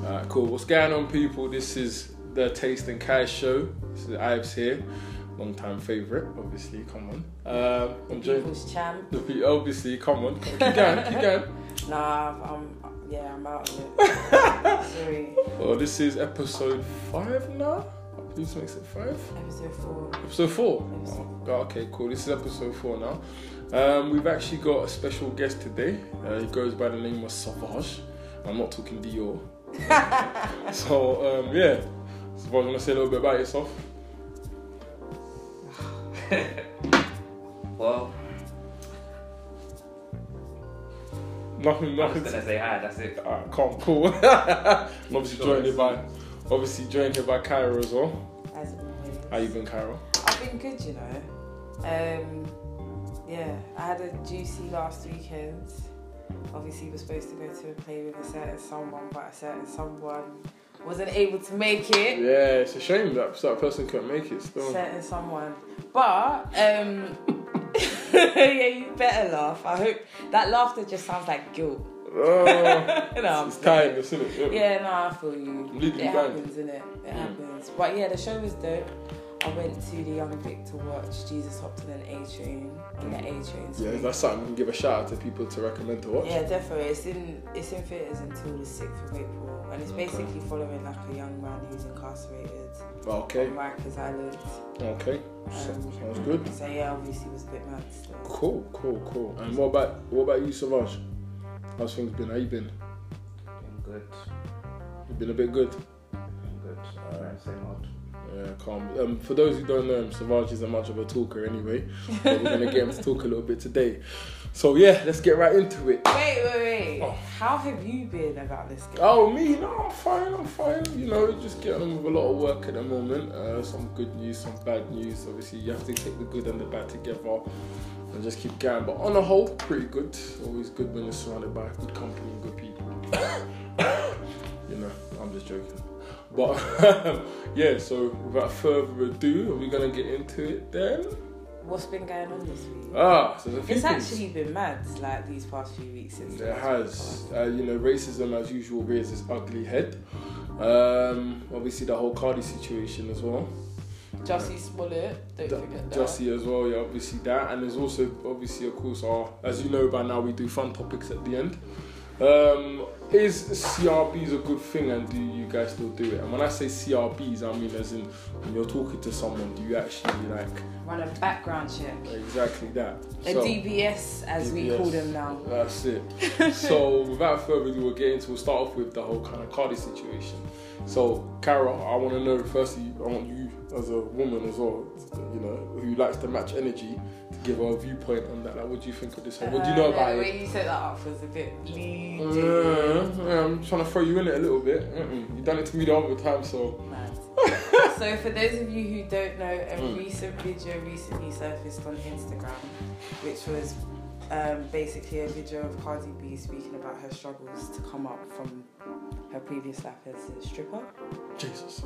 Uh, What's going on, people? This is the Taste and Kai show. This is Ives here, long time favorite, obviously. Come on. Um, I'm joined. People's champ. The pe- Obviously, come on. Come, keep going, keep going. Nah, I'm yeah, I'm out of it. Sorry. Well, Oh, this is episode five now. I believe this makes it five. Episode four. Episode four. Episode Oh, okay, cool. This is episode four now. Um, we've actually got a special guest today. Uh, he goes by the name of Savage. I'm not talking Dior. so um, yeah, Savage, wanna say a little bit about yourself? Well, Nothing, I'm just nothing. gonna say hi. That's it. Alright, calm, Ah, cool. I'm obviously joined here by, obviously joined here by Cairo as well. As always. How you been, Cairo? I've been good, you know. Um, yeah, I had a juicy last weekend. Obviously, we're supposed to go to play with a certain someone, but a certain someone wasn't able to make it. Yeah, it's a shame that that person couldn't make it. Still. Certain someone, but um, yeah, you better laugh. I hope that laughter just sounds like guilt. Oh, You know, it's time, isn't it? Yeah, no, I feel you. I'm legally it blind. happens, innit? It Mm. happens. But yeah, the show was dope. I went to the Young Vic to watch Jesus Hopton and A Train in the A Train. Yeah, suite. that's something we can give a shout out to people to recommend to watch. yeah, definitely. It's in it's in theaters until the sixth of April, and it's Okay. basically following like a young man who's incarcerated Okay, on Rikers Island. okay, Um, sounds good. So yeah, obviously it was a bit mad. So. Cool, cool, cool. And what about what about you, Savage? How's things been? How you been? I'm good. You been a bit good. I'm good. Alright, same old. Yeah, calm. Um, for those who don't know him, Savage isn't much of a talker anyway, but we're gonna get him to talk a little bit today. So yeah, let's get right into it. Wait, wait, wait. Oh. How have you been about this game? Oh me, no, I'm fine, I'm fine. You know, just getting on with a lot of work at the moment. Uh, some good news, some bad news. Obviously, you have to take the good and the bad together, and just keep going. But on the whole, pretty good. Always good when you're surrounded by good company and good people. you know, I'm just joking. But yeah, so without further ado, are we gonna get into it then? What's been going on this week? Ah, so there's a few It's things. actually been mad, like these past few weeks since. It has, uh, you know, racism as usual raises its ugly head. Um, obviously, the whole Cardi situation as well. Jussie Smollett, don't Da- forget that. Jussie as well, yeah, obviously that. And there's also, obviously, of course, our, as you know by now, we do fun topics at the end. Um, is CRBs a good thing and do you guys still do it? And when I say CRBs, I mean as in when you're talking to someone, do you actually like Run a background check. exactly that? A So- DBS, as we DBS. call them now. That's it. so without further ado, we'll get into. We'll start off with the whole kind of Cardi situation. So Carol, I want to know firstly. I want you as a woman as well. You know, who likes to match energy to give her a viewpoint on that. Like, what do you think of this? What do you know Uh, about the it? way you set that up was a bit legion. Uh, yeah, I'm trying to throw you in it a little bit. Mm-mm. You done it to me the other time, so Mad. so, for those of you who don't know, a Mm. recent video recently surfaced on Instagram, which was um, basically a video of Cardi B speaking about her struggles to come up from her previous life as a stripper. Jesus.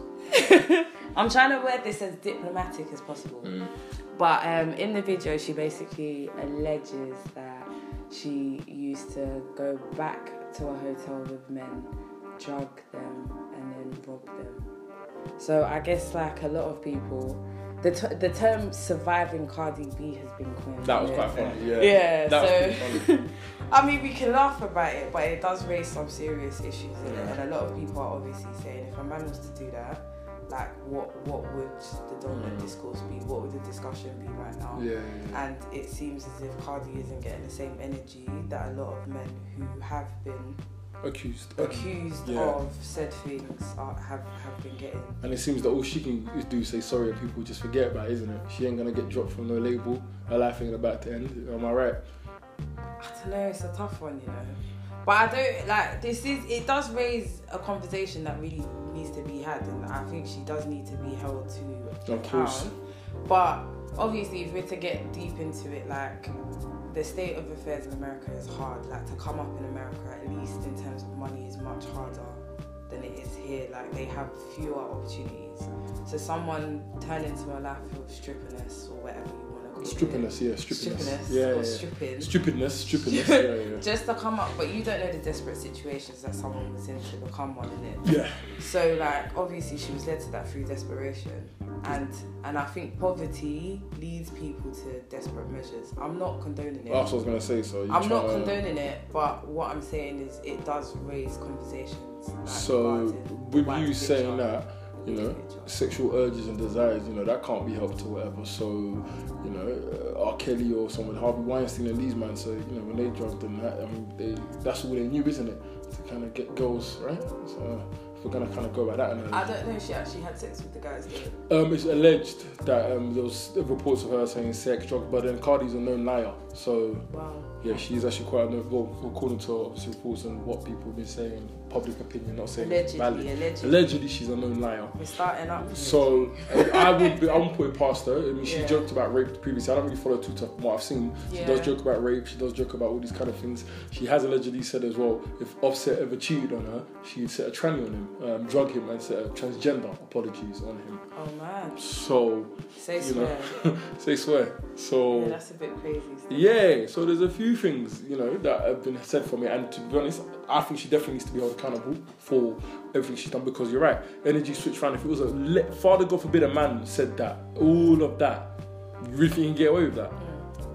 I'm trying to word this as diplomatic as possible. Mm. But um, in the video, she basically alleges that she used to go back to a hotel with men, drug them, and then rob them. So I guess like a lot of people, the t- the term "surviving Cardi B" has been coined. That was yeah. quite funny. Yeah. Yeah, That was so- pretty funny. I mean, we can laugh about it, but it does raise some serious issues, in Yeah. it? and a lot of people are obviously saying if a man was to do that, like what what would the dominant Mm. discourse be? What would the discussion be right now? Yeah. yeah, And it seems as if Cardi isn't getting the same energy that a lot of men who have been yeah. Accused. accused yeah. of said things are, have, have been getting. And it seems that all she can do is say sorry and people just forget about it, isn't it? She ain't gonna get dropped from no label. Her life ain't about to end. Am I right? I don't know, it's a tough one, you know. But I don't like this is it does raise a conversation that really needs to be had, and I think she does need to be held to Of course. account. Um, But obviously, if we're to get deep into it, like the state of affairs in America is hard. Like to come up in America, at least in terms of money, is much harder than it is here. Like they have fewer opportunities. So someone turn into a life of stripperness or whatever you want to Stripping us, yeah, stripping us. Stupidness Yeah, or yeah. stripping. Stupidness, stupidness, yeah, Just to come up, but you don't know the desperate situations that someone was in to become one in it. yeah. Yeah, So like obviously she was led to that through desperation. And and I think poverty leads people to desperate measures. I'm not condoning it. that's what I was gonna say. So you I'm not tryna- condoning it, but what I'm saying is it does raise conversations. Like So regarding the with wider you picture, saying that, you bigger know, picture. sexual urges and desires, you know, that can't be helped or whatever. So, you know, uh, R. Kelly or someone, Harvey Weinstein and these man, so, you know, when they drugged and that, I mean, they, that's all they knew, isn't it? To kind of get girls, right? So if we're going to kind of go about that. I And, don't know if she actually had sex with the guys though. um, it's alleged that um, there was reports of her saying sex, drugs, but then Cardi's a known liar. So, Wow. yeah, she's actually quite a known, well, according to obviously reports and what people have been saying, public opinion, not saying it's Allegedly, valid. allegedly. Allegedly, she's a known liar. We're starting up. So I would be, I wouldn't put it past her. I mean, she Yeah. joked about rape previously. I don't really follow her too tough from what I've seen. She Yeah. does joke about rape. She does joke about all these kind of things. She has allegedly said as well, if Offset ever cheated on her, she'd set a tranny on him, um, drug him, and set a transgender apologies on him. Oh man. So Say You swear. know. say swear. Yeah, So that's a bit crazy. still. yeah. So there's a few things you know that have been said from it, and to be honest, I think she definitely needs to be held accountable for everything she's done because you're right. Energy switch round. If it was a let, father, God forbid, a man said that, all of that, you really think you can get away with that?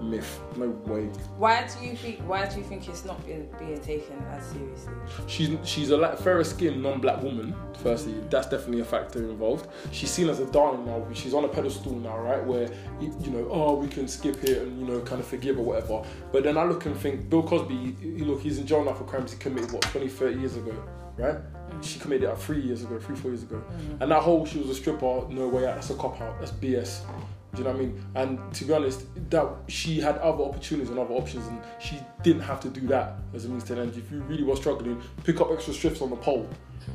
Myth. No way. Mm. Why do you think? Why do you think it's not being being taken as seriously? She's she's a like, fairer skinned non black woman. Firstly, that's definitely a factor involved. She's seen as a darling now. She's on a pedestal now, right? Where you you know, oh, we can skip it and you know, kind of forgive or whatever. But then I look and think, Bill Cosby, you look, he's in jail now for crimes he committed what 20, 30 years ago, right? She committed it like, three years ago, three, four years ago. Mm. And that whole she was a stripper, no way out, that's a cop out, that's BS. Do you know what I mean? And to be honest, that she had other opportunities and other options, and she didn't have to do that as a means to an end. If you really were struggling, pick up extra strips on the pole,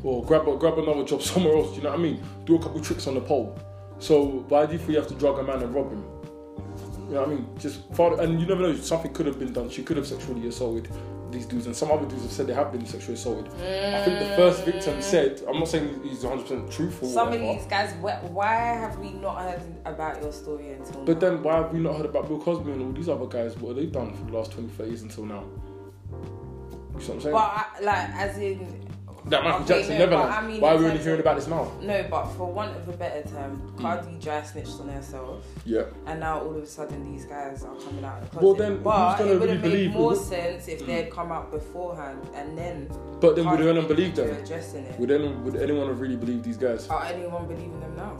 or grab a, grab another job somewhere else. Do you know what I mean? Do a couple tricks on the pole. So why do you feel you have to drug a man and rob him? You know what I mean? Just father, and you never know. Something could have been done. She could have sexually assaulted these dudes, and some other dudes have said they have been sexually assaulted. I think the first victim said, I'm not saying he's 100% truthful. or Some of whatever. these guys. wh- Why have we not heard about your story until? But now? then why have we not heard about Bill Cosby and all these other guys? What have they done for the last 25 years until now? You see what I'm saying? But I, like, as in. that Michael okay, Jackson no, but Neverland. I mean, why are in we only terms hearing of- about this now? No, but for want of a better term, Cardi dry snitched on herself, Yeah. and now all of a sudden these guys are coming out. Of the Well, closet. then who's but gonna it would have really made believe- more sense if they had come out beforehand, and then. But then would Cardi anyone really believe were them? Addressing it. Would anyone, would anyone have really believed these guys? Are anyone believing them now?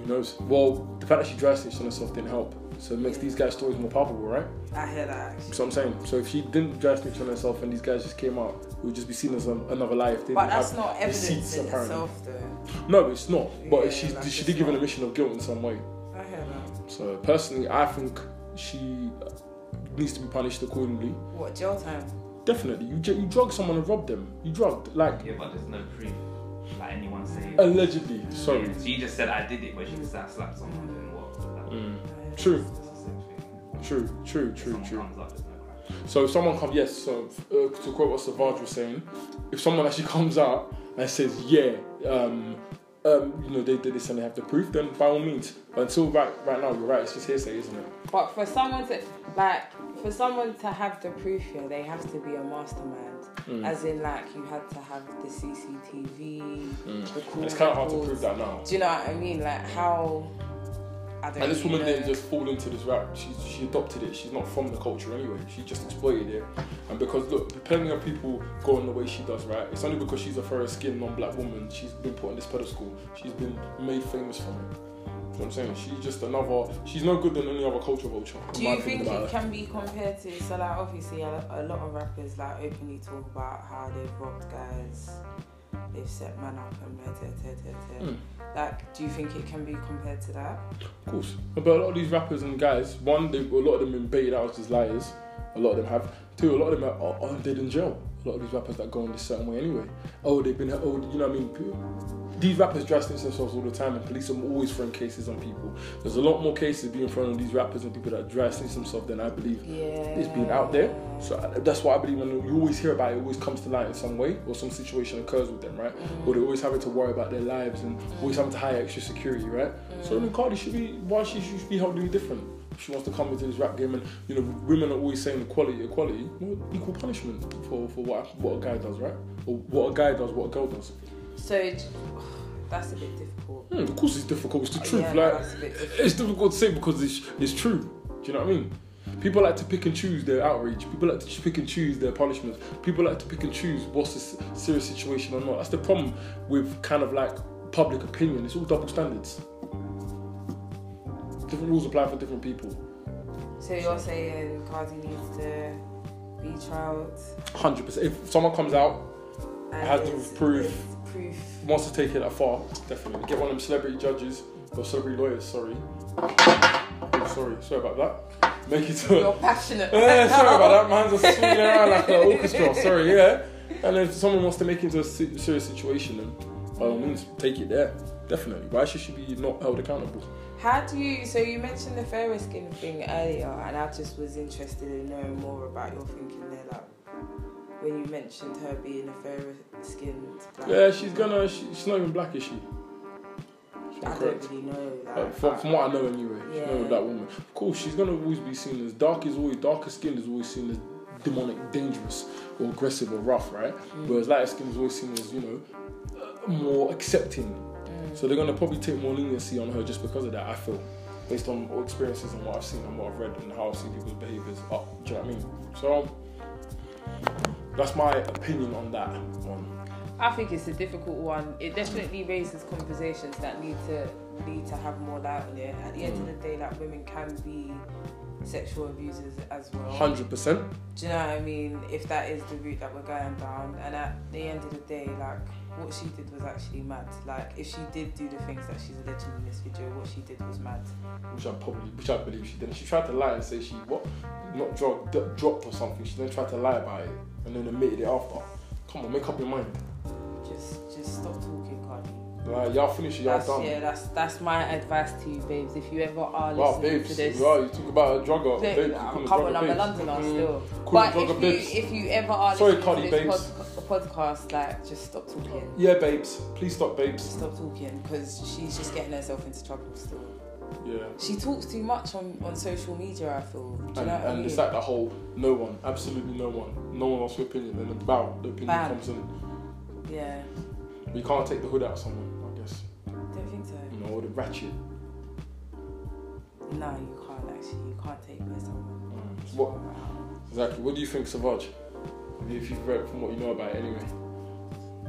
Who knows? Well, the fact that she dry snitched on herself didn't help. So it makes these guys' stories more palpable, right? I hear that. Actually. You see what I'm saying? So if she didn't dry snitch on herself and these guys just came out, it would just be seen as an, another lie if they But didn't have that's not evidence receipts, in apparently. itself, though. No, it's not. But Yeah, she, like she it's did give an not. admission of guilt in some way. I hear that. So personally, I think she needs to be punished accordingly. What jail time? Definitely, you ju- you drug someone and robbed them. You drugged like Yeah, but there's no proof. Like anyone saying. allegedly. Sorry. She just said I did it, but she just said I slapped someone. Then what? Like, Mm. Uh, True, It's the same thing. true, true, If true, someone true. Comes up, there's no crime. So if someone comes, yes. So uh, to quote what Savage was saying, if someone actually comes out and says, yeah, um, um, you know, they did this and they have the proof, then by all means. But until right, right now, you're right. It's just hearsay, isn't it? But for someone to like, for someone to have the proof here, they have to be a mastermind. Mm. As in, like, you had to have the CCTV. The Mm. call And it's kind of hard to prove records. that now. Do you know what I mean? Like how? I don't. And this really woman know. didn't just fall into this rap. She, she adopted it. She's not from the culture anyway. She just exploited it. And because, look, depending on people going the way she does, right? It's only because she's a fairer skinned non black woman. She's been put on this pedestal. She's been made famous from it. You know what I'm saying? She's just another. She's no good than any other culture vulture. in Do my you opinion think about it her. can be compared to so like obviously a, a lot of rappers like openly talk about how they've robbed guys, they've set man up and blah, blah, blah, blah, blah. Mm. Like, do you think it can be compared to that? Of course. But a lot of these rappers and guys, one, they, a lot of them been baited out as liars. A lot of them have. Two, a lot of them are, are, are dead in jail. A lot of these rappers that go in this certain way anyway. Oh, they've been, oh, you know what I mean? These rappers dress themselves all the time and police are always throwing cases on people. There's a lot more cases being thrown on these rappers and people that dress themselves than I believe Yeah. it's been out there. So I- that's why I believe when you always hear about it, it always comes to light in some way or some situation occurs with them, right? Mm-hmm. Or they're always having to worry about their Mm-hmm. lives and always having to hire extra security, right? So then Cardi should be, why she should be held any different? she wants to come into this rap game and you know women are always saying equality, equality. Well, equal punishment for, for what what a guy does, right? Or what a guy does, what a girl does. So it- that's a bit difficult. Hmm, of course, it's difficult. It's the truth. Uh, Yeah, like that's a bit difficult. it's difficult to say because it's it's true. Do you know what I mean? People like to pick and choose their outrage. People like to pick and choose their punishments. People like to pick and choose what's a s- serious situation or not. That's the problem with kind of like public opinion. It's all double standards. Different rules apply for different people. So you're saying Cardi needs to be trialed Hundred percent. If someone comes out and Has to it's- prove- it's proof. wants to take it that far, definitely get one of them celebrity judges or celebrity lawyers. Sorry. Oh, sorry. Sorry about that. Make it to You're passionate. Eh, sorry about that. Man's just swinging around like an orchestra. Sorry, yeah. And if someone wants to make it into a se- serious situation, then by all means, take it there. Definitely. Why should she be not held accountable? How do you? So you mentioned the fairer skin thing earlier, and I just was interested in knowing more about your thinking there. Like when you mentioned her being a fairer skinned. Like, Yeah, she's gonna. She, she's not even black, is she? She's I not correct. don't really know. Like, Like, from, from what I know, anyway, she's not a Yeah. black woman. Of course, she's gonna always be seen as dark. Is always darker skin is always seen as demonic, dangerous, or aggressive or rough, right? Mm. Whereas lighter skin is always seen as you know uh, more accepting, Mm. So they're gonna probably take more leniency on her just because of that. I feel, based on all experiences and what I've seen and what I've read and how I've seen people's behaviors up. Do you know what I mean? So that's my opinion on that one. I think it's a difficult one. It definitely raises conversations that need to need to have more light on it. At the end of the day, like women can be sexual abusers as well. Hundred percent. Do you know what I mean? If that is the route that we're going down, and at the end of the day, like what she did was actually mad. Like if she did do the things that she's alleging in this video, what she did was mad. Which I probably, which I believe she did. She tried to lie and say she what, not drug, d- dropped or something. She then tried to lie about it and then admitted it after. Come on, make up your mind. Just, just stop talking, Cardi. Like y'all finish it, y'all That's, done. yeah, that's that's my advice to you, babes. If you ever are listening Wow, to babes, this, wow, you talk about a drugger. They- Babes, you nah, call them come on, drugger I'm a babes. Londoner Mm. still. Call them But drugger if you, babes. if you ever are Sorry, listening Cardi to this babes. pod- podcast, like just stop talking. Yeah, babes, please stop, babes. Stop talking because she's just getting herself into trouble still. Yeah. She talks too much on, on social media. I feel. Do you know And, what I and mean? it's like the whole no one, absolutely no one, no one wants your opinion, and about the opinion Bam. comes in. yeah, We can't take the hood out of someone, I guess. don't think so. You know, or the ratchet. No, you can't actually. You can't take this. on. What exactly? What do you think, Savage? If you've read from what you know about it, anyway. She's an idiot.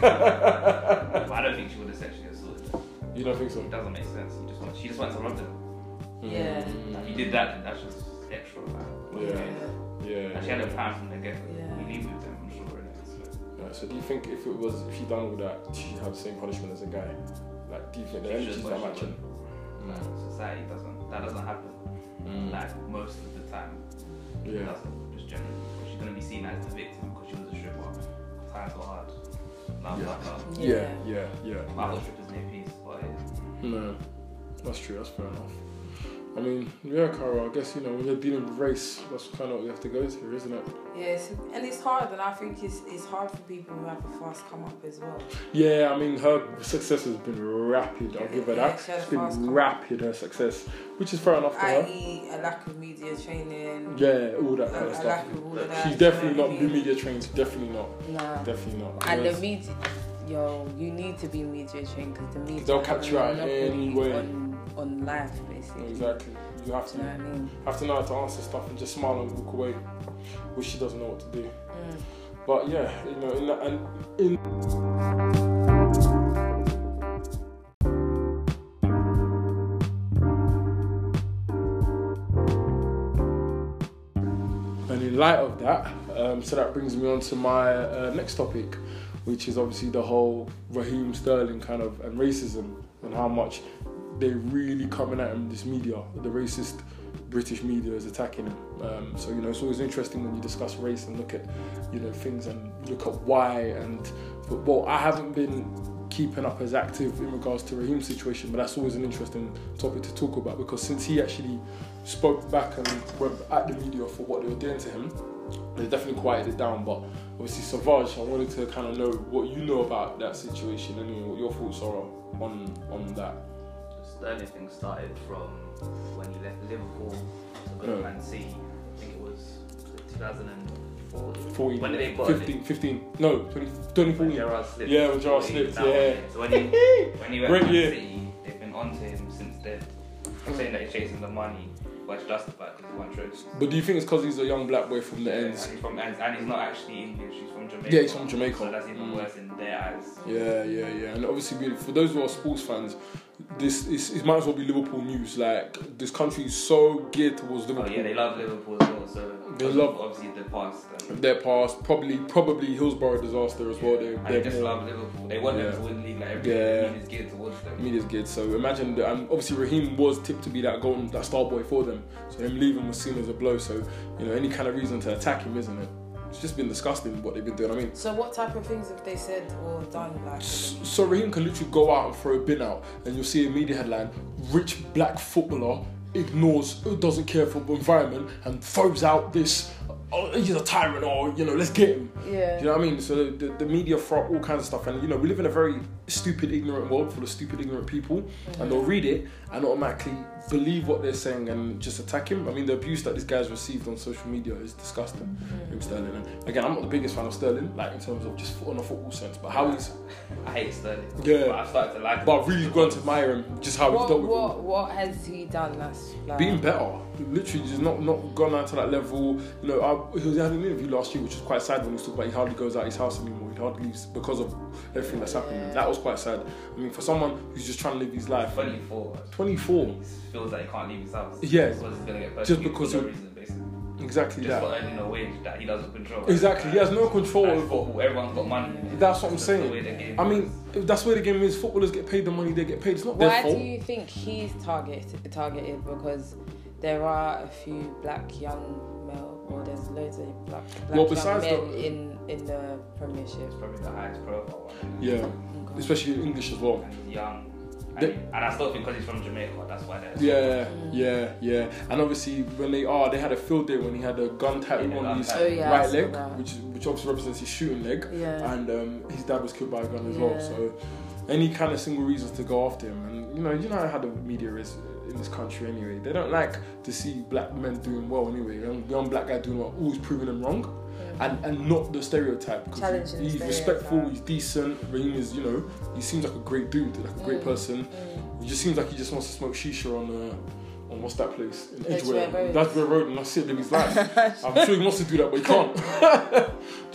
But I don't think she would have sexually assaulted her. You don't think so? It doesn't make sense. You just want, she just went to London. Yeah. If you Mm. did that, then that's just extra. Like, what are you Yeah. doing? And she had Yeah. a plan from the get go. Yeah. We leave with them, I'm sure. innit? So yeah. So do you think if it was if she done all that, she'd have the same punishment as a guy? Like, do you think the She energies should, are but she matching? like, society doesn't, that doesn't happen. Mm. Like most of the time. Yeah. That's just generally. Because she's going to be seen as the victim because she was a stripper. Times were hard. Blah, Yeah. blah, blah. Yeah. Yeah. Yeah. My whole strip is near peace, but it's No, that's true. That's fair enough. I mean, yeah, Carol. I guess you know when you're dealing with race, that's kind of what you have to go through, isn't it? Yes, and it's hard, and I think it's it's hard for people who have a fast come up as well. Yeah, I mean, her success has been rapid. I'll give her Yeah, that. she had It's a fast been car. rapid her success, which is fair enough to her. I.e., E, a lack of media training. Yeah, all that a- kind of a stuff. lack of all of that. She's definitely you know not what I new mean? media trained. Definitely not. Nah. Definitely not. And the Yes. media, yo, you need to be media trained because the media They'll have catch a you out monopoly anyway. on on life basically. Exactly. You have Do you know to what I mean? have to know how to answer stuff and just smile and walk away, which she doesn't know what to do. Mm. But yeah, you know, in that, and in. And in light of that, um, so that brings me on to my uh, next topic, which is obviously the whole Raheem Sterling kind of and racism and how much they're really coming at him in this media, the racist British media is attacking him. Um, so you know it's always interesting when you discuss race and look at you know things and look at why and football. I haven't been keeping up as active in regards to Raheem's situation, but that's always an interesting topic to talk about because since he actually spoke back and went at the media for what they were doing to him, they definitely quieted it down. But obviously, Savage, I wanted to kind of know what you know about that situation and you know, what your thoughts are on on that. Sterling thing started from when he left Liverpool to go to Yeah. Man City. I think it was 2004. 14, When did they bottle it? 15, 15, no, 20, 2014. When Gerrard slipped. Yeah, when Gerrard That slipped, one, yeah. So when he, when he went Great to Man year. City, they've been on to him since then. I'm saying that he's chasing the money, but it's justified because he won trophies. But do you think it's because he's a young black boy from the And ends? he's from and, and he's not actually English. He's from Jamaica. Yeah, he's from Jamaica. So that's even Mm. worse in their eyes. Yeah, yeah, yeah. And obviously, we- for those who are sports fans, this is, it might as well be Liverpool news. Like this country is so geared towards Oh Liverpool. yeah, they love Liverpool as well. So They love- obviously the past. And, their past, probably probably Hillsborough disaster as well. They, and they're they just more- love Liverpool. They want Yeah. them to win the league. Like everything Yeah. the league is geared towards them. media's good. So imagine that. Um, obviously, Raheem was tipped to be that golden, that star boy for them. So him leaving was seen as a blow. So you know, any kind of reason to attack him, isn't it? It's just been disgusting what they've been doing. I mean. So what type of things have they said or done? Like, s- So Raheem can literally go out and throw a bin out, and you'll see a media headline: "Rich black footballer ignores, doesn't care for the environment, and throws out this. Oh, he's a tyrant, or you know, let's get him." Do yeah. you know what I mean? So the, the, the media throw out all kinds of stuff, and you know we live in a very stupid, ignorant world full of stupid, ignorant people, and they'll read it and automatically believe what they're saying and just attack him. I mean, the abuse that this guy's received on social media is disgusting. Raheem Sterling, and again, I'm not the biggest fan of Sterling, like in terms of just on a football sense, but how he's, I hate Sterling. Yeah. But I've started to like. him. but I've really gone to admire him, just how he's What, dealt with all what, what has he done that's like, being better. Literally, just not not gone down to that level. You know, I, he was had an interview last year, which was quite sad when he was talking about he hardly goes out his house anymore. He hardly leaves because of everything that's happening. Yeah. That was quite sad. I mean, for someone who's just trying to live his life, 24. 24, He feels like he can't leave his house. Yeah. Because he's gonna Just get persecuted because for no of- reason, basically. exactly Just for that. earning a wage that he doesn't control. Exactly, he has no control That's over. football. Everyone's got money. That's what I'm That's the way saying. the game I mean, is. if that's where the game is. Footballers get paid the money they get paid. It's not Why their fault. do you think he's targeted? Targeted because there are a few black young male, or there's loads of black, black Well, young besides men the- in in the Premiership. It's probably the highest profile one. Yeah, Okay. especially in English as well. And he's young. And, The- he- and I still think because he's from Jamaica, that's why they're. Yeah, yeah, yeah. And obviously, when they are, they had a field day when he had a gun tattoo Yeah, on gun his tattoo. oh yeah, I right saw leg, that. which which obviously represents his shooting leg. yeah. and um, his dad was killed by a gun as Yeah. well. So any kind of single reasons to go after him, and you know, you know how the media is in this country anyway. They don't like to see black men doing well anyway. Young, young black guy doing well, always proving them wrong, Yeah. and and not the stereotype. 'cause Challenging the he's stereotype. respectful, he's decent. Raheem is, you know, he seems like a great dude, like a great Mm. person. Mm. He just seems like he just wants to smoke shisha on. Uh, on what's that place? In Edgware Edgware. Road. That's where road, and that's it. Live his life. I'm sure he wants to do that, but he can't. do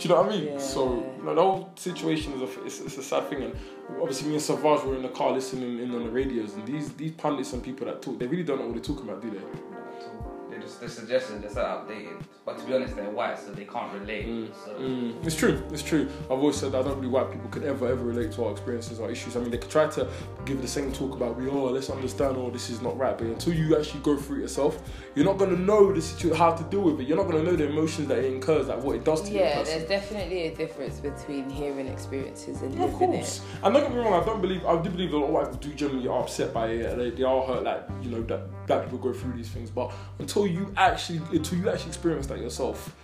you know what I mean? Yeah. So you know, the whole situation is a it's, it's a sad thing, and obviously me and Savage were in the car listening in on the radios, and these these pundits and people that talk, they really don't know what they're talking about, do they? They just the suggestions they're so outdated. But to be honest, they're white, so they can't relate. Mm. So Mm, it's true, it's true. I've always said that I don't believe white people can ever ever relate to our experiences, our issues. I mean, they could try to give the same talk about we oh let's understand oh this is not right, but until you actually go through it yourself, you're not gonna know the situ- how to deal with it. You're not gonna know the emotions that it incurs, like what it does to you. Yeah, there's definitely a difference between hearing experiences and Yeah, of living course. And don't get me wrong, I don't believe, I do believe a lot of white people do generally are upset by it. They, they are hurt, like, you know, that black people go through these things. But until you actually, until you actually experience that yourself,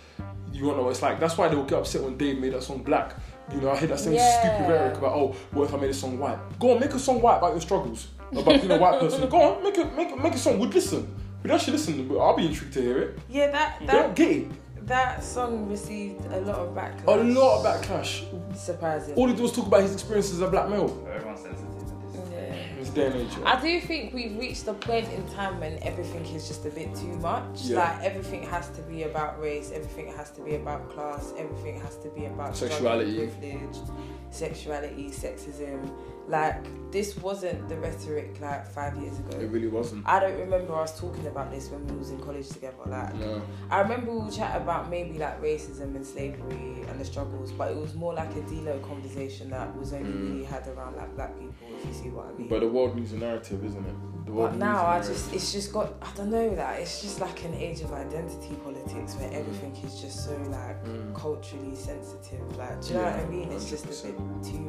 you won't know what it's like. That's why they will get upset when Dave made that song black. You know, I hear that same Yeah. stupid rhetoric about, oh, what if I made a song white? Go on, make a song white about your struggles, about being a white person. Go on, make a, make, a- make a song. We'd listen. We'd actually listen. but I'll be intrigued to hear it. it. Yeah, that They don't that get it. that song received a lot of backlash. A lot of backlash. Surprising. All he do is talk about his experiences as a black male everyone's sensitive to this. Yeah. in this day and age. yeah. I do think we've reached a point in time when everything is just a bit too much. Yeah. Like everything has to be about race, everything has to be about class, everything has to be about struggle, Sexuality. privilege, sexuality, sexism. Like this wasn't the rhetoric like five years It ago. really wasn't. I don't remember us talking about this when we was in college together. Like No. I remember we would chat about maybe like racism and slavery and the struggles, but it was more like a D-Lo conversation that was only Mm. really had around like black people. If you see what I mean. But the world needs a narrative, isn't it? The world But needs now a I narrative. just, it's just got, I don't know that. It's just like an age of identity politics where everything is just so like Mm. culturally sensitive. Like, do you know Yeah, what I mean? It's just a bit too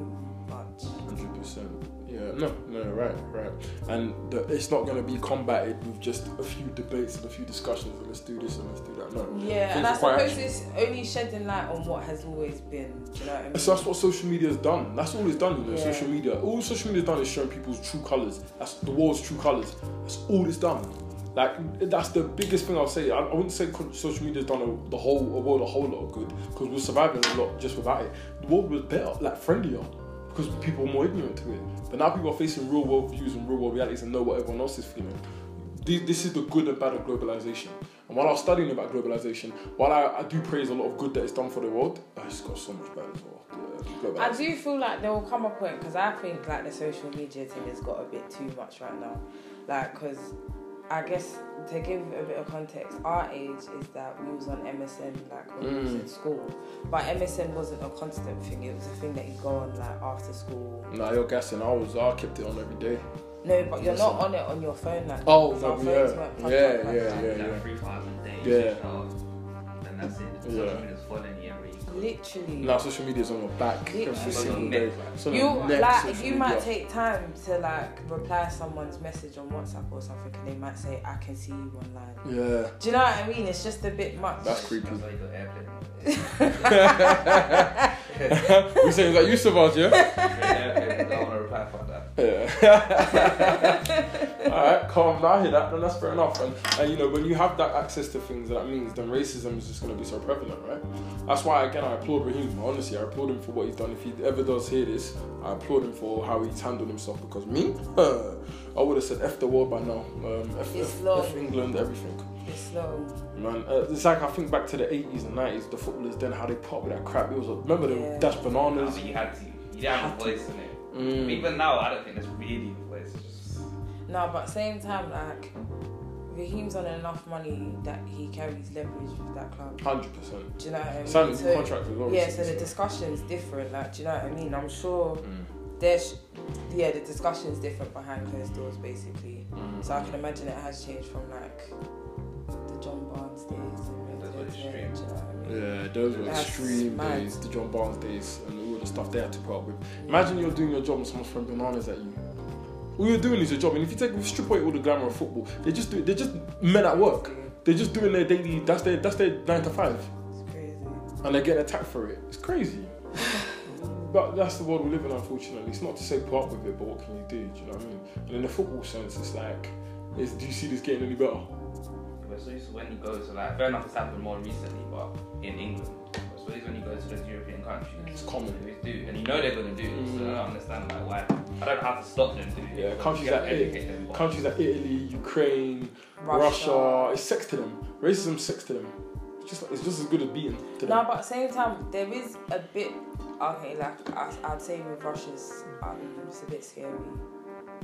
much. Hundred percent. Yeah. No. No. Right. Right. And the, it's not going to be combated with just a few debates and a few discussions. And let's do this and let's do that. No. Yeah, Things and I are quite suppose it's only shedding light on what has always been. Do you know what I mean? So that's what social media's done. That's all it's done, you know. Yeah. Social media. All social media's done is showing people's true colours. That's the world's true colours. That's all it's done. Like that's the biggest thing I'll say. I, I wouldn't say co- social media's done a, the whole a world a whole lot of good because we're surviving a lot just without it. The world was better, like friendlier, because people are more ignorant to it. But now people are facing real world views and real world realities and know what everyone else is feeling. This, this is the good and bad of globalization. And while I was studying about globalization, while I, I do praise a lot of good that it's done for the world, oh, it's got so much bad as well. Yeah, globalization. I do feel like there will come a point because I think like the social media thing has got a bit too much right now. Like, because I guess to give a bit of context, our age is that we was on MSN like when we was Mm. in school, but MSN wasn't a constant thing. It was a thing that you go on like after school. Nah, you're guessing. I was. I kept it on every day. No, but you're not on it on your phone like. Oh, because our yeah. phones weren't plugged Yeah, up like yeah, that. yeah. Like three files a day. Yeah. check out, Then that's it. Yeah. Social media's following you every. Literally. Now social media's on your back every Literally. single day. It's on You your neck, like social you might media. take time to like reply someone's message on WhatsApp or something, and they might say, "I can see you online." Yeah, Do you know what I mean? It's just a bit much. that's creepy. That's why you got airplane. you saying like you survived, yeah? airplane. I don't want to reply for that. Yeah. All right, calm. Now I hear that. Then that's fair enough. And, and you know when you have that access to things, that means then racism is just going to be so prevalent, right? That's why again I applaud Raheem. Honestly, I applaud him for what he's done. If he ever does hear this, I applaud him for how he's handled himself. Because me, I would have said f the world by now. Um, f, It's f, long. f England, everything. It's slow. Man, uh, it's like I think back to the 80s and 90s, the footballers then how they pop with that crap. It was like, remember Yeah. the dash No, bananas. but you had to. You didn't have a voice in it. But Mm. Even now, I don't think there's really a voice. It's just No, but same time, like Raheem's on enough money that he carries leverage with that club. Hundred percent. Do you know what I mean? Signed a new So- contract as well. yeah, so the recently, discussion's different. Like, do you know what I mean? I'm sure Mm. there's, yeah, the discussion's different behind closed doors, basically. Mm. So I can imagine it has changed from like the John Barnes days and That's Red Dead what it's Red, streamed. do you know what I mean? Yeah, those were That's extreme mad. days, the John Barnes days, and all the stuff they had to put up with. Imagine you're doing your job and someone's throwing bananas at you. All you're doing is your job, and if you take if you strip away all the glamour of football, they just do they're just men at work. They're just doing their daily. That's their that's their nine to five. It's crazy. and they get attacked for it. It's crazy. but that's the world we live in, unfortunately. It's not to say put up with it, but what can you do? Do you know what I mean? And in the football sense, it's like, is, do you see this getting any better? But so it's when you go to like, fair enough, it's happened more recently, but in England. But so it's when you go to those European countries. It's They common. always do, and you know they're gonna do. it, So I don't understand like why. I don't know how to stop them doing Mm. Yeah, it. countries You have like to it- educate them, but- Countries like Italy, Ukraine, Russia, it's sex to them. Racism, sex to them. It's just, it's just as good as beating to them. No, but at the same time, there is a bit. Okay, like I, I'd say with Russia's, um, it's a bit scary.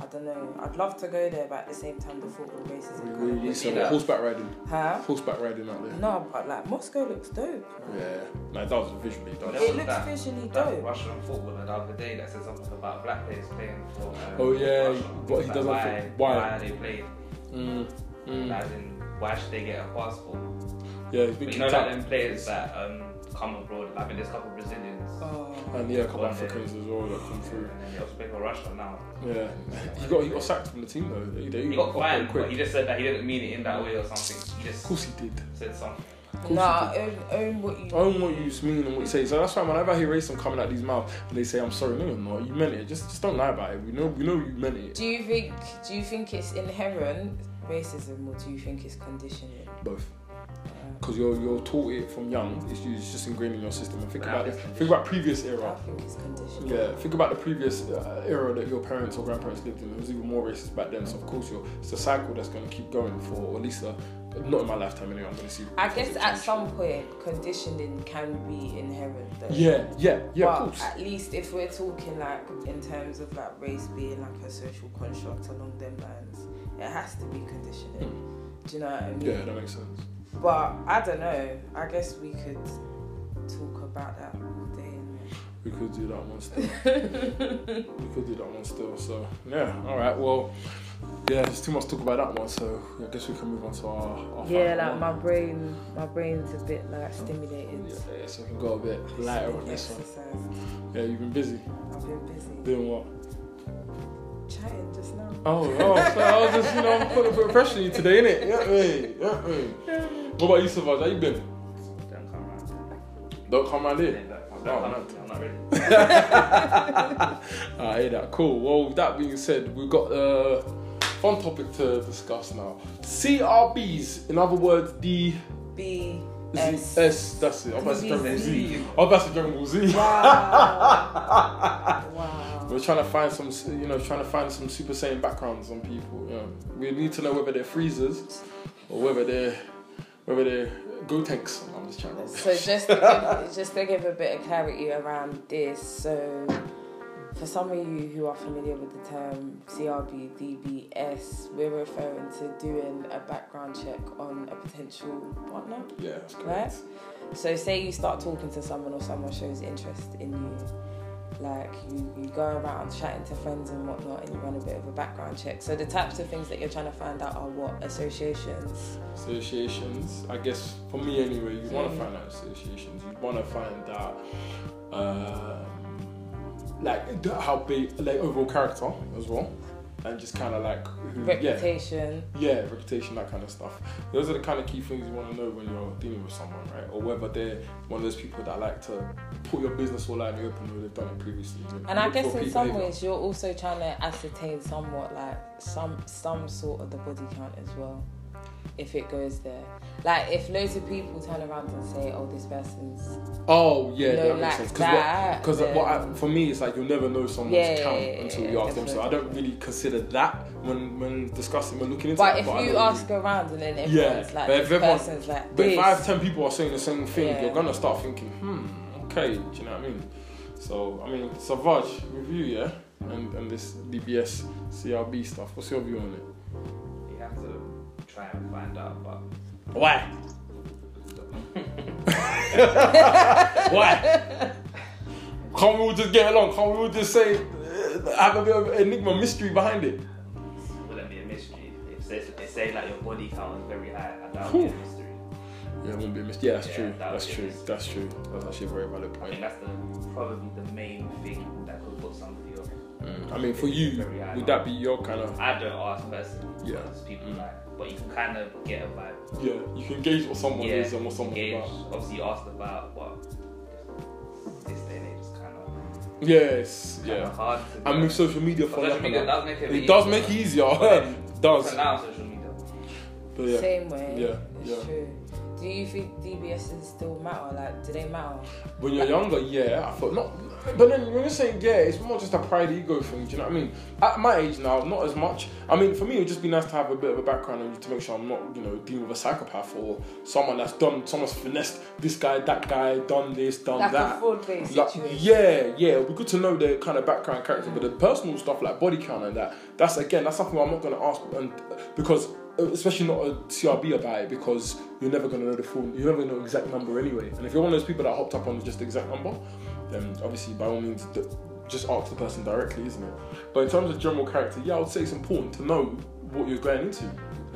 I don't know. I'd love to go there, but at the same time, the football races. we are really kind need of some Yeah. horseback riding. huh? Horseback riding out there. No, but like Moscow looks dope. Yeah. No, that was visually done. That was It looks that- visually That dope. Russian footballer the other day that said something about black players playing for. Um, Oh, yeah, Russia. what he Like, doesn't why, think- why? why? are they playing? Mm, mm. As in, why should they get a passport? Yeah, he's been But you kicked know that out. them players that um, come abroad. Like, I mean, there's a couple of Brazilians. Oh, And yeah, a couple One day. Africans as well that come through. And they also play for Russia now. Yeah, he got he got sacked from the team though. He, He got fined, quick. but he just said that he didn't mean it in that way or something. He Of just course he did. said something. course nah, own, own what you. I don't what you mean and what you say. So that's why whenever I hear racism coming out these mouths and they say I'm sorry, no, you're not. You meant it. Just just don't lie about it. We know we know you meant it. Do you think do you think it's inherent racism or do you think it's conditioning? Both. Uh, Because you're you're taught it from young. It's, you- it's just ingrained in your system. And think Nah, about it. it's Think about previous I era. think it's conditioning. Yeah, think about the previous uh, era that your parents or grandparents lived in. It was even more racist back then. So of course, you're, it's a cycle that's going to keep going for at least uh, not in my lifetime anyway. I'm going to see. I guess at some point conditioning can be inherent though. Yeah, yeah, yeah. but of course. at least if we're talking like in terms of like race being like a social construct along them lines, it has to be conditioning. Do you know what I mean? Yeah, that makes sense. But I don't know. I guess we could talk about that all day. innit? we could do that one still. we could do that one still. So yeah, all right. Well, yeah, there's too much talk about that one. So I guess we can move on to our. our Yeah, final like one. my brain, my brain's a bit like stimulated. Yeah, yeah, so we can go a bit lighter on this one. Exercise. Yeah, you've been busy I've been busy doing what? chatting just now. Oh, oh, so I was just, you know, I'm putting a bit of pressure on you today, innit? Yeah, mate, yeah, mate. What about you, Savage? How you been? Don't Don't come come around. round here. Don't come No, around. no. I'm not ready. I hear that. Cool. Well, with that being said, we've got a fun topic to discuss now. CRBs, in other words, the B Z- S. S. That's it. I'm about to say Dragon Ball Z. I'm about to say Dragon Ball Z. Wow. wow. We're trying to find some, you know, trying to find some Super Saiyan backgrounds on people. You know, we need to know whether they're freezers or whether they're whether they're go tanks. I'm just trying to. So just to give, just to give a bit of clarity around this, so for some of you who are familiar with the term CRB DBS, we're referring to doing a background check on a potential partner. yeah, that's correct. right? So say you start talking to someone or someone shows interest in you, like you, you go around chatting to friends and whatnot and you run a bit of a background check. So the types of things that you're trying to find out are what? Associations. associations. I guess for me anyway, you want to Mm. find out associations. You want to find out um, like th- how big, like overall character as well, and just kind of like who, yeah, Reputation. yeah, reputation, that kind of stuff. Those are the kind of key things you want to know when you're dealing with someone, right? Or whether they're one of those people that like to put your business all out in the open, or they've done it previously. And I Look guess for in people some they've- ways you're also trying to ascertain somewhat like some some sort of the body count as well. If it goes there. Like if loads of people turn around and say, Oh, this person's Oh yeah, you know, that makes like sense. 'Cause what- that Because then- what I, for me, it's like you'll never know someone's Yeah, yeah, count yeah, yeah, until yeah, you ask them. So I don't definitely. really consider that when when discussing, when looking into. But that, if I you don't ask really- around and then Yeah, everyone's but like, this if everyone- person's like but this. if five ten people are saying the same thing, Yeah. you're gonna start thinking, hmm, okay, do you know what I mean? So I mean, Savage, review, yeah, and and this DBS CRB stuff. What's your view on it? You have to try and find out, but Why? Why? Can't we all just get along? Can't we all just say uh, have a bit of enigma mystery behind it? it wouldn't be a mystery. If they, if they say like your body count is very high, and that Whew. would be a mystery. Yeah, it wouldn't be a mystery. Yeah, that's Yeah, true. that would That's be a true. mystery. That's true. That's actually a very valid I point. think that's the probably the main thing that could put somebody off. Mm. I mean, for you, Very high would that be your kind of? I don't ask personally. Yeah. Mm. because people like, but you can kind of get a vibe. Yeah, you can gauge what someone yeah, is and what someone's engage. about. Obviously, you asked about, but this day and age is kind of Yes. kind of Yeah. hard to. And do. with social media But for social media does make it. a bit It does easier. make it easier. But It does. So now social media. But yeah. Same way. Yeah, It's yeah. true. Do you think DBSs still matter? Like, do they matter? When you're younger, yeah, I thought not. But then when you're saying yeah, it's more just a pride ego thing. Do you know what I mean? At my age now, not as much. I mean, for me, it would just be nice to have a bit of a background and to make sure I'm not, you know, dealing with a psychopath or someone that's done, someone's finessed this guy, that guy, done this, done like that. a fraud based Like, situation. yeah, yeah, it'd be good to know the kind of background character, but the personal stuff like body count and that, that's again, that's something I'm not going to ask, and because especially not a CRB about it, because you're never going to know the full, you're never going to know the exact number anyway. And if you're one of those people that hopped up on just the exact number, then obviously by all means, d- just ask the person directly, isn't it? But in terms of general character, yeah, I would say it's important to know what you're going into.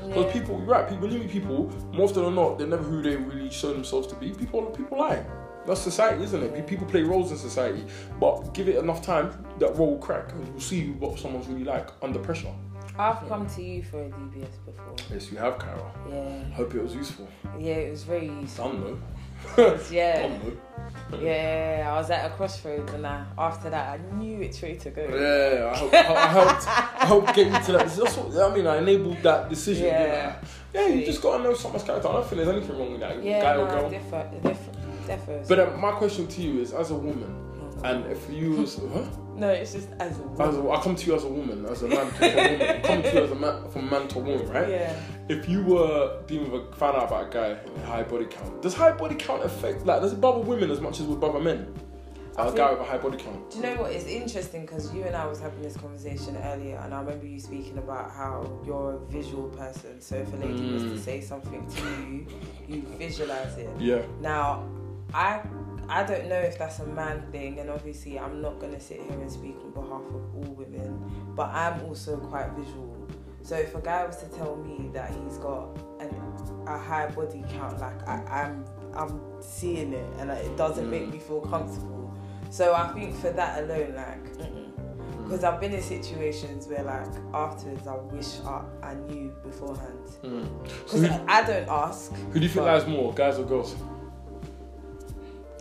Because Yeah. people, you're right. People, when you meet people, more often than not, they're never who they really show themselves to be. People, people lie. That's society, isn't it? Pe- People play roles in society, but give it enough time, that role will crack, and you'll see what someone's really like under pressure. I've come to you for a DBS before. Yes, you have, Kyra. Yeah. Hope it was useful. Yeah, it was very useful. Some though. Yeah. Some yeah. Yeah. I was at a crossroads and I, after that, I knew which way to go. though. Yeah, I, helped, I helped. I helped get you to that. That's what, I mean, I enabled that decision. didn't I? Yeah. Yeah, you just gotta know someone's character. I don't think there's anything wrong with that, Yeah, guy no, or girl. it differ, it differ, differs. But uh, my question to you is, as a woman, and if you was, huh? no, it's just as a As a, I come to you as a woman, as a man to a woman. I come to you as a man from man to woman, right? Yeah. If you were dealing with a found out about a guy with a high body count, does high body count affect like does it bother women as much as it would bother men? I A think- guy with a high body count. Do you know what? It's interesting because you and I was having this conversation earlier, and I remember you speaking about how you're a visual person. So if a lady was to Mm. say something to you, you visualize it. Yeah. Now, I I don't know if that's a man thing, and obviously I'm not gonna sit here and speak on behalf of all women, but I'm also quite visual. So if a guy was to tell me that he's got an, a high body count, like I, I'm, I'm seeing it, and like, it doesn't make me feel comfortable. So I think for that alone, like, because I've been in situations where like afterwards I wish I, I knew beforehand. Mm. So Because who, I, I don't ask. who do you think but lies more, guys or girls?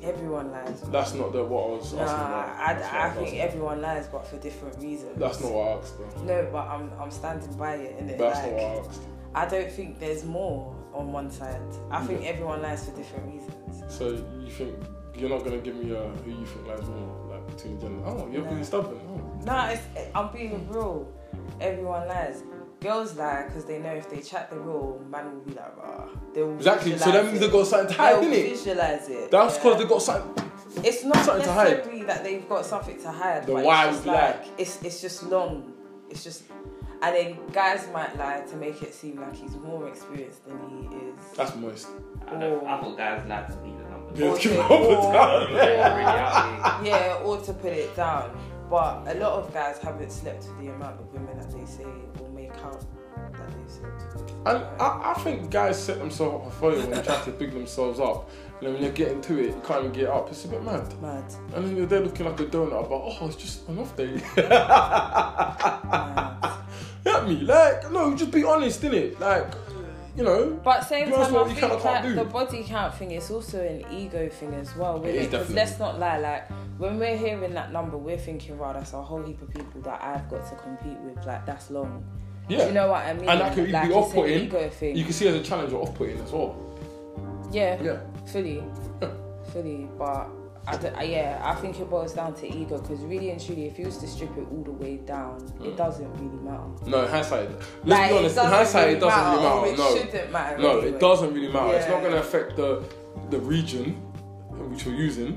Everyone lies. That's not the, what I was asking Nah, about. I, That's I not what think was everyone lies, but for different reasons. asking. That's not what I asked. Though. No, but I'm I'm standing by it, and That's like not what I asked. I don't think there's more on one side. I think everyone lies for different reasons. So you think you're not gonna give me uh, who you think lies more, like between gender? Oh, you're No. being stubborn. Oh. No, it's, I'm being real. Everyone lies. Girls lie because they know if they chat the real man will be like, rah. They'll Exactly. So that visualise means it. they got something to hide, They'll didn't it? Visualize it. That's yeah. because they got something. It's not something to hide. necessarily that they've got something to hide. The but why it's would just you like it's it's just long. It's just, and then guys might lie to make it seem like he's more experienced than he is. That's most. I, don't, I thought guys like to leave the number. Yeah. Or give to- up the or- time. Really or- out yeah, or to put it down. But a lot of guys haven't slept with the amount of women that they say or make out that they've slept with. And I, I think guys set themselves up for failure when they try to big themselves up. And then when you're getting to it, you can't even get up. It's a bit mad. Mad. And then you're there looking like a donut, but oh, it's just an off day. Mad. At me, like no, just be honest, innit? Like, you know, But same Girls time, know I what you think cannot like do. the body count thing is also an ego thing as well. It is Because definitely. let's not lie, like when we're hearing that number, we're thinking, wow, that's a whole heap of people that I've got to compete with. Like that's long. Do yeah. you know what I mean? And that could be like, it's an off-putting. ego thing. You can see it as a challenge or off putting as well. yeah. Yeah. Fully. Yeah. Fully. But I don't- I- yeah, I think it boils down to ego because really and truly, if you was to strip it all the way down, it doesn't really matter. No, in hindsight. Hmm. Let's Like, be it honest. In doesn't hindsight, really it doesn't matter, really matter. or No. It shouldn't matter. No, anyway. it doesn't really matter. It's Yeah. not going to affect the the region which you're using.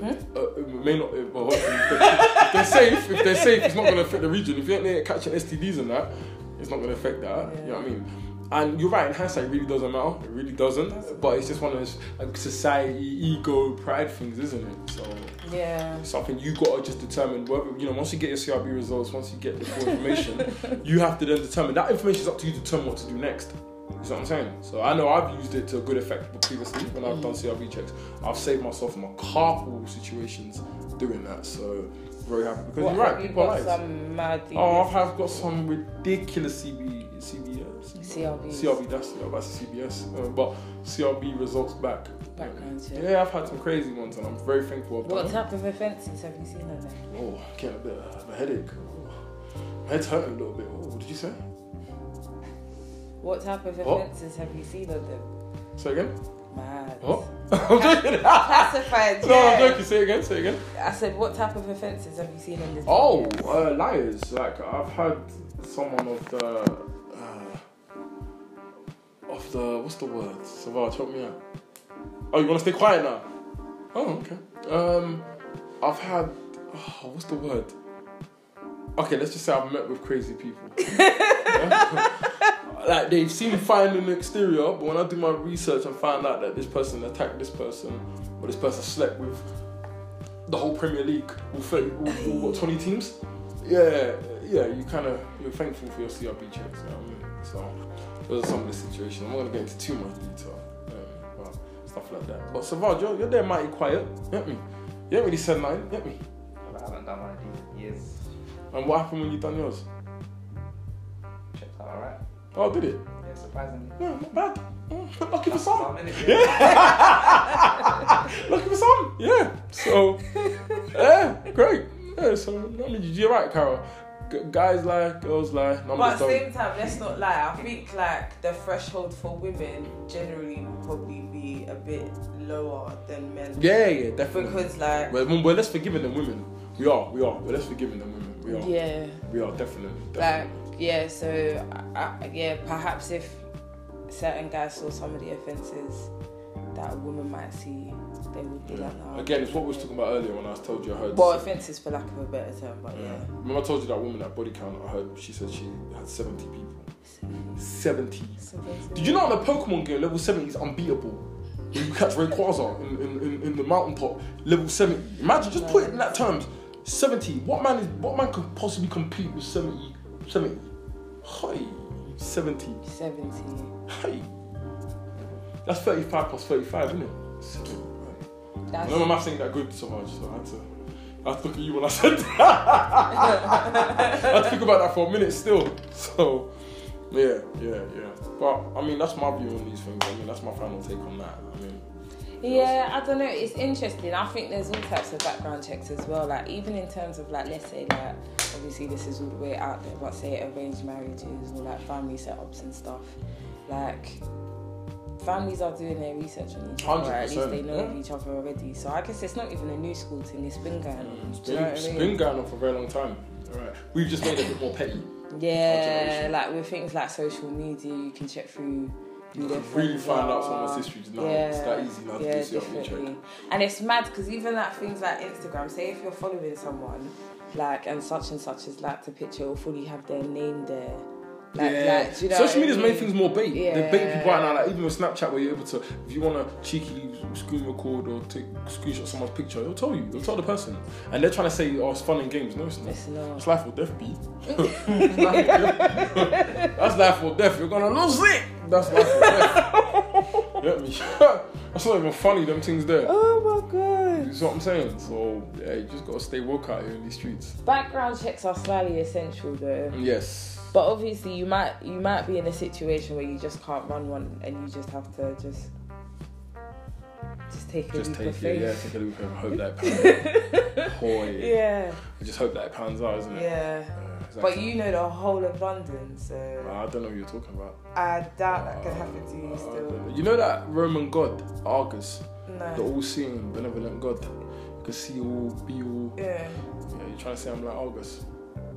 Hmm? Uh, it may not. It, well, hopefully, if, they're, if they're safe, if they're safe, it's not going to affect the region. If you ain't there catching STDs and that, it's not going to affect that. You know what I mean? And you're right. In hindsight, it really doesn't matter. It really doesn't. But it's just one of those like, society, ego, pride things, isn't it? So Yeah. something you gotta just determine whether you know once you get your CRB results, once you get the full information, you have to then determine that information is up to you to determine what to do next. You see what I'm saying? So I know I've used it to a good effect previously when I've Mm. done CRB checks. I've saved myself from a couple situations doing that. So very happy because What, you're right, have you people got are liars. some mad things? Oh, I've have got some ridiculous CB, CB, uh, CRBs. CRB. That's yeah, that's CBS. Uh, but CRB results back. Background check. Yeah, I've had some crazy ones, and I'm very thankful. I've done What them. type of offences have you seen on there? Oh, I get a bit of a headache. Oh, my head's hurting a little bit. Oh, what did you say? What type of What? offences have you seen on them? Say again? Mad. What? I'm joking. Classified. No, I'm yeah. joking. Say again, say again. I said, what type of offences have you seen on this? Oh, document? uh, liars. Like, I've had someone of the. Uh, of the. What's the word? Savage, help me out. Oh, you want to stay quiet now? Oh, okay. Um, I've had. Oh, what's the word? Okay, let's just say I've met with crazy people. Yeah? like they seem fine in the exterior, but when I do my research and find out that this person attacked this person, or this person slept with the whole Premier League, all, 30, all, all what, 20 teams? Yeah, yeah, you kind of, you're thankful for your CRB checks, you know what I mean? So, those are some of the situations. I'm not going to get into too much detail, you know what I mean? but stuff like that. But Savage, you're, you're there mighty quiet, get me? You ain't really said nothing, get me? I haven't done one of these in years. And what happened when you done yours? Checked out alright. Oh, did it? Yeah, surprisingly. Yeah, not bad. Mm, Lucky for That's some. not many, yeah. Lucky for some. Yeah. So, yeah, great. Yeah, so, I mean, you're right, Carol. G- guys lie, girls lie, But numbers at the don't. same time, let's not lie. I think like the threshold for women generally will probably be a bit lower than men. Yeah, yeah, definitely. Because like We're, we're less forgiving than women. We are, we are. We're less forgiving than women. We are. yeah, We are, definitely. like definitely. yeah. So I, I, yeah, perhaps if certain guys saw some of the offences that a woman might see, they would be like, Yeah. no. Again, it's what we was talking about earlier when I told you I heard. Well, offences for lack of a better term, but Yeah. yeah. Remember I told you that woman at body count, I heard she said she had 70 people. 70. So basically- Did you know on the Pokemon game, level 70 is unbeatable? When you catch Rayquaza in, in, in, in the mountain top, level 70. Imagine, just put it in that terms. 70. What man is what man could possibly compete with 70? 70. Hey, 70. 70. Hey. That's 35 plus 35, isn't it? 70. That's No, my maths ain't that good so much, so I had to. I had to look at you when I said that. I had to think about that for a minute still. So, yeah, yeah, yeah. But I mean, that's my view on these things. I mean, that's my final take on that. I mean, Yeah, I don't know. It's interesting. I think there's all types of background checks as well. Like even in terms of like, let's say like, obviously this is all the way out there, but say arranged marriages or like family setups and stuff. Like families are doing their research on each other. or At least 100%, they know of yeah. each other already. So I guess it's not even a new school thing. It's been going on. it's Do you know been, what it's I mean? been going on for a very long time. All right, we've just made it a bit more petty. Yeah, generation. like with things like social media, you can check through. who You their can really friends find are. out someone's history now. It's that easy now to Ah. yeah, do self check. definitely. And it's mad because even like things like Instagram, say if you're following someone, like and such and such is like the picture will fully have their name there. Like, like, do you know what I Social media's made mean? things more bait. They bait people out now. Yeah. Like even with Snapchat, where you're able to, if you want to cheekily screen record or take screenshot someone's picture, they'll tell you. They'll tell the person, and they're trying to say, "Oh, it's fun and games." No, it's not. It's not. It's life or death, B. It's life or death. That's life or death. You're gonna lose it. That's life or death. You get me? That's not even funny. Them things there. Oh my You god. see what I'm saying? So yeah, you just gotta stay woke out here in these streets. Background checks are slightly essential though. Yes. But obviously, you might you might be in a situation where you just can't run one, and you just have to just just take a Just leap of take faith. it, yeah, take a look and hope that it pans out. Hoy. Yeah, I just hope that it pans out, isn't it? yeah. Yeah, exactly. But you know the whole of London, so I don't know what you're talking about. Uh, I doubt that could happen to you still. You know that Roman god, Argus, the No. all-seeing, benevolent god. You can see all, be all. Yeah, Yeah, you're trying to say I'm like Argus.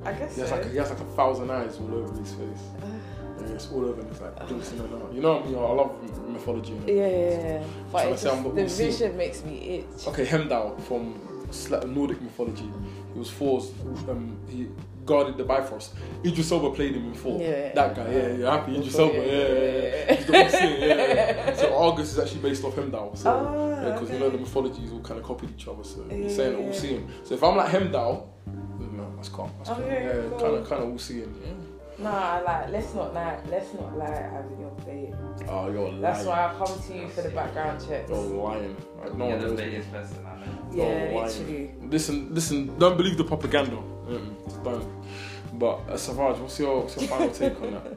I guess He has, like, so. he has like a thousand eyes all over his face. Yeah, it's all over and it's like blinking and out. You know me, I love mythology. and Yeah, everything. yeah, yeah. But Tryna say it's just, I'm not the all-seeing. vision makes me itch. Okay, Heimdall from Sla- Nordic mythology. He was Thor's. Um, he guarded the Bifrost. Idris Elba played him in Thor. Yeah. That guy. Yeah, yeah. Happy Idris Thor, Elba. Yeah, yeah, yeah, yeah, yeah. He's the Odyssey, yeah, yeah. So Argus is actually based off Heimdall. So Ah, because you know okay. the mythologies all kind of copied each other. So Yeah, you're saying yeah, all yeah. seeing. So if I'm like Heimdall, no, that's calm. That's calm. Okay, yeah, cool. kind of kind of all seeing. Nah, like let's not lie. Let's not lie. Having your faith. Oh, you're lying. That's why I come to you for the background checks. You're lying. Like, no You're one the knows me. biggest person I know. Yeah, Oh, why? literally. Listen, listen. Don't believe the propaganda. Mm-mm, don't. But uh, Savage, what's your what's your final take on that?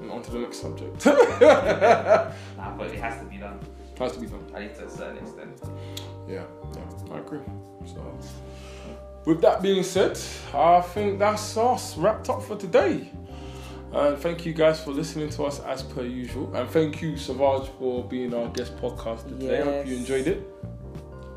And on to the next subject. Nah, but it has to be done. Has to be done. At least to a certain extent. Yeah, yeah, I agree. So, with that being said, I think that's us wrapped up for today. And thank you guys for listening to us as per usual. And thank you, Savage, for being our guest podcaster today. I hope you Yes. enjoyed it.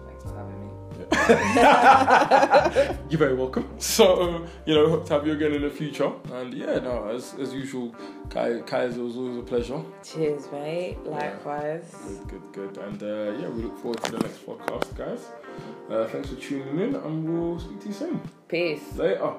Thanks for having me. You're very welcome. So, um, you know, hope to have you again in the future. And yeah, no, as, as usual, Kai, Kaiser was always a pleasure. Cheers, mate. Likewise. Good, good, good. And uh, yeah, we look forward to the next podcast, guys. Uh, thanks for tuning in, and we'll speak to you soon. Peace. Later.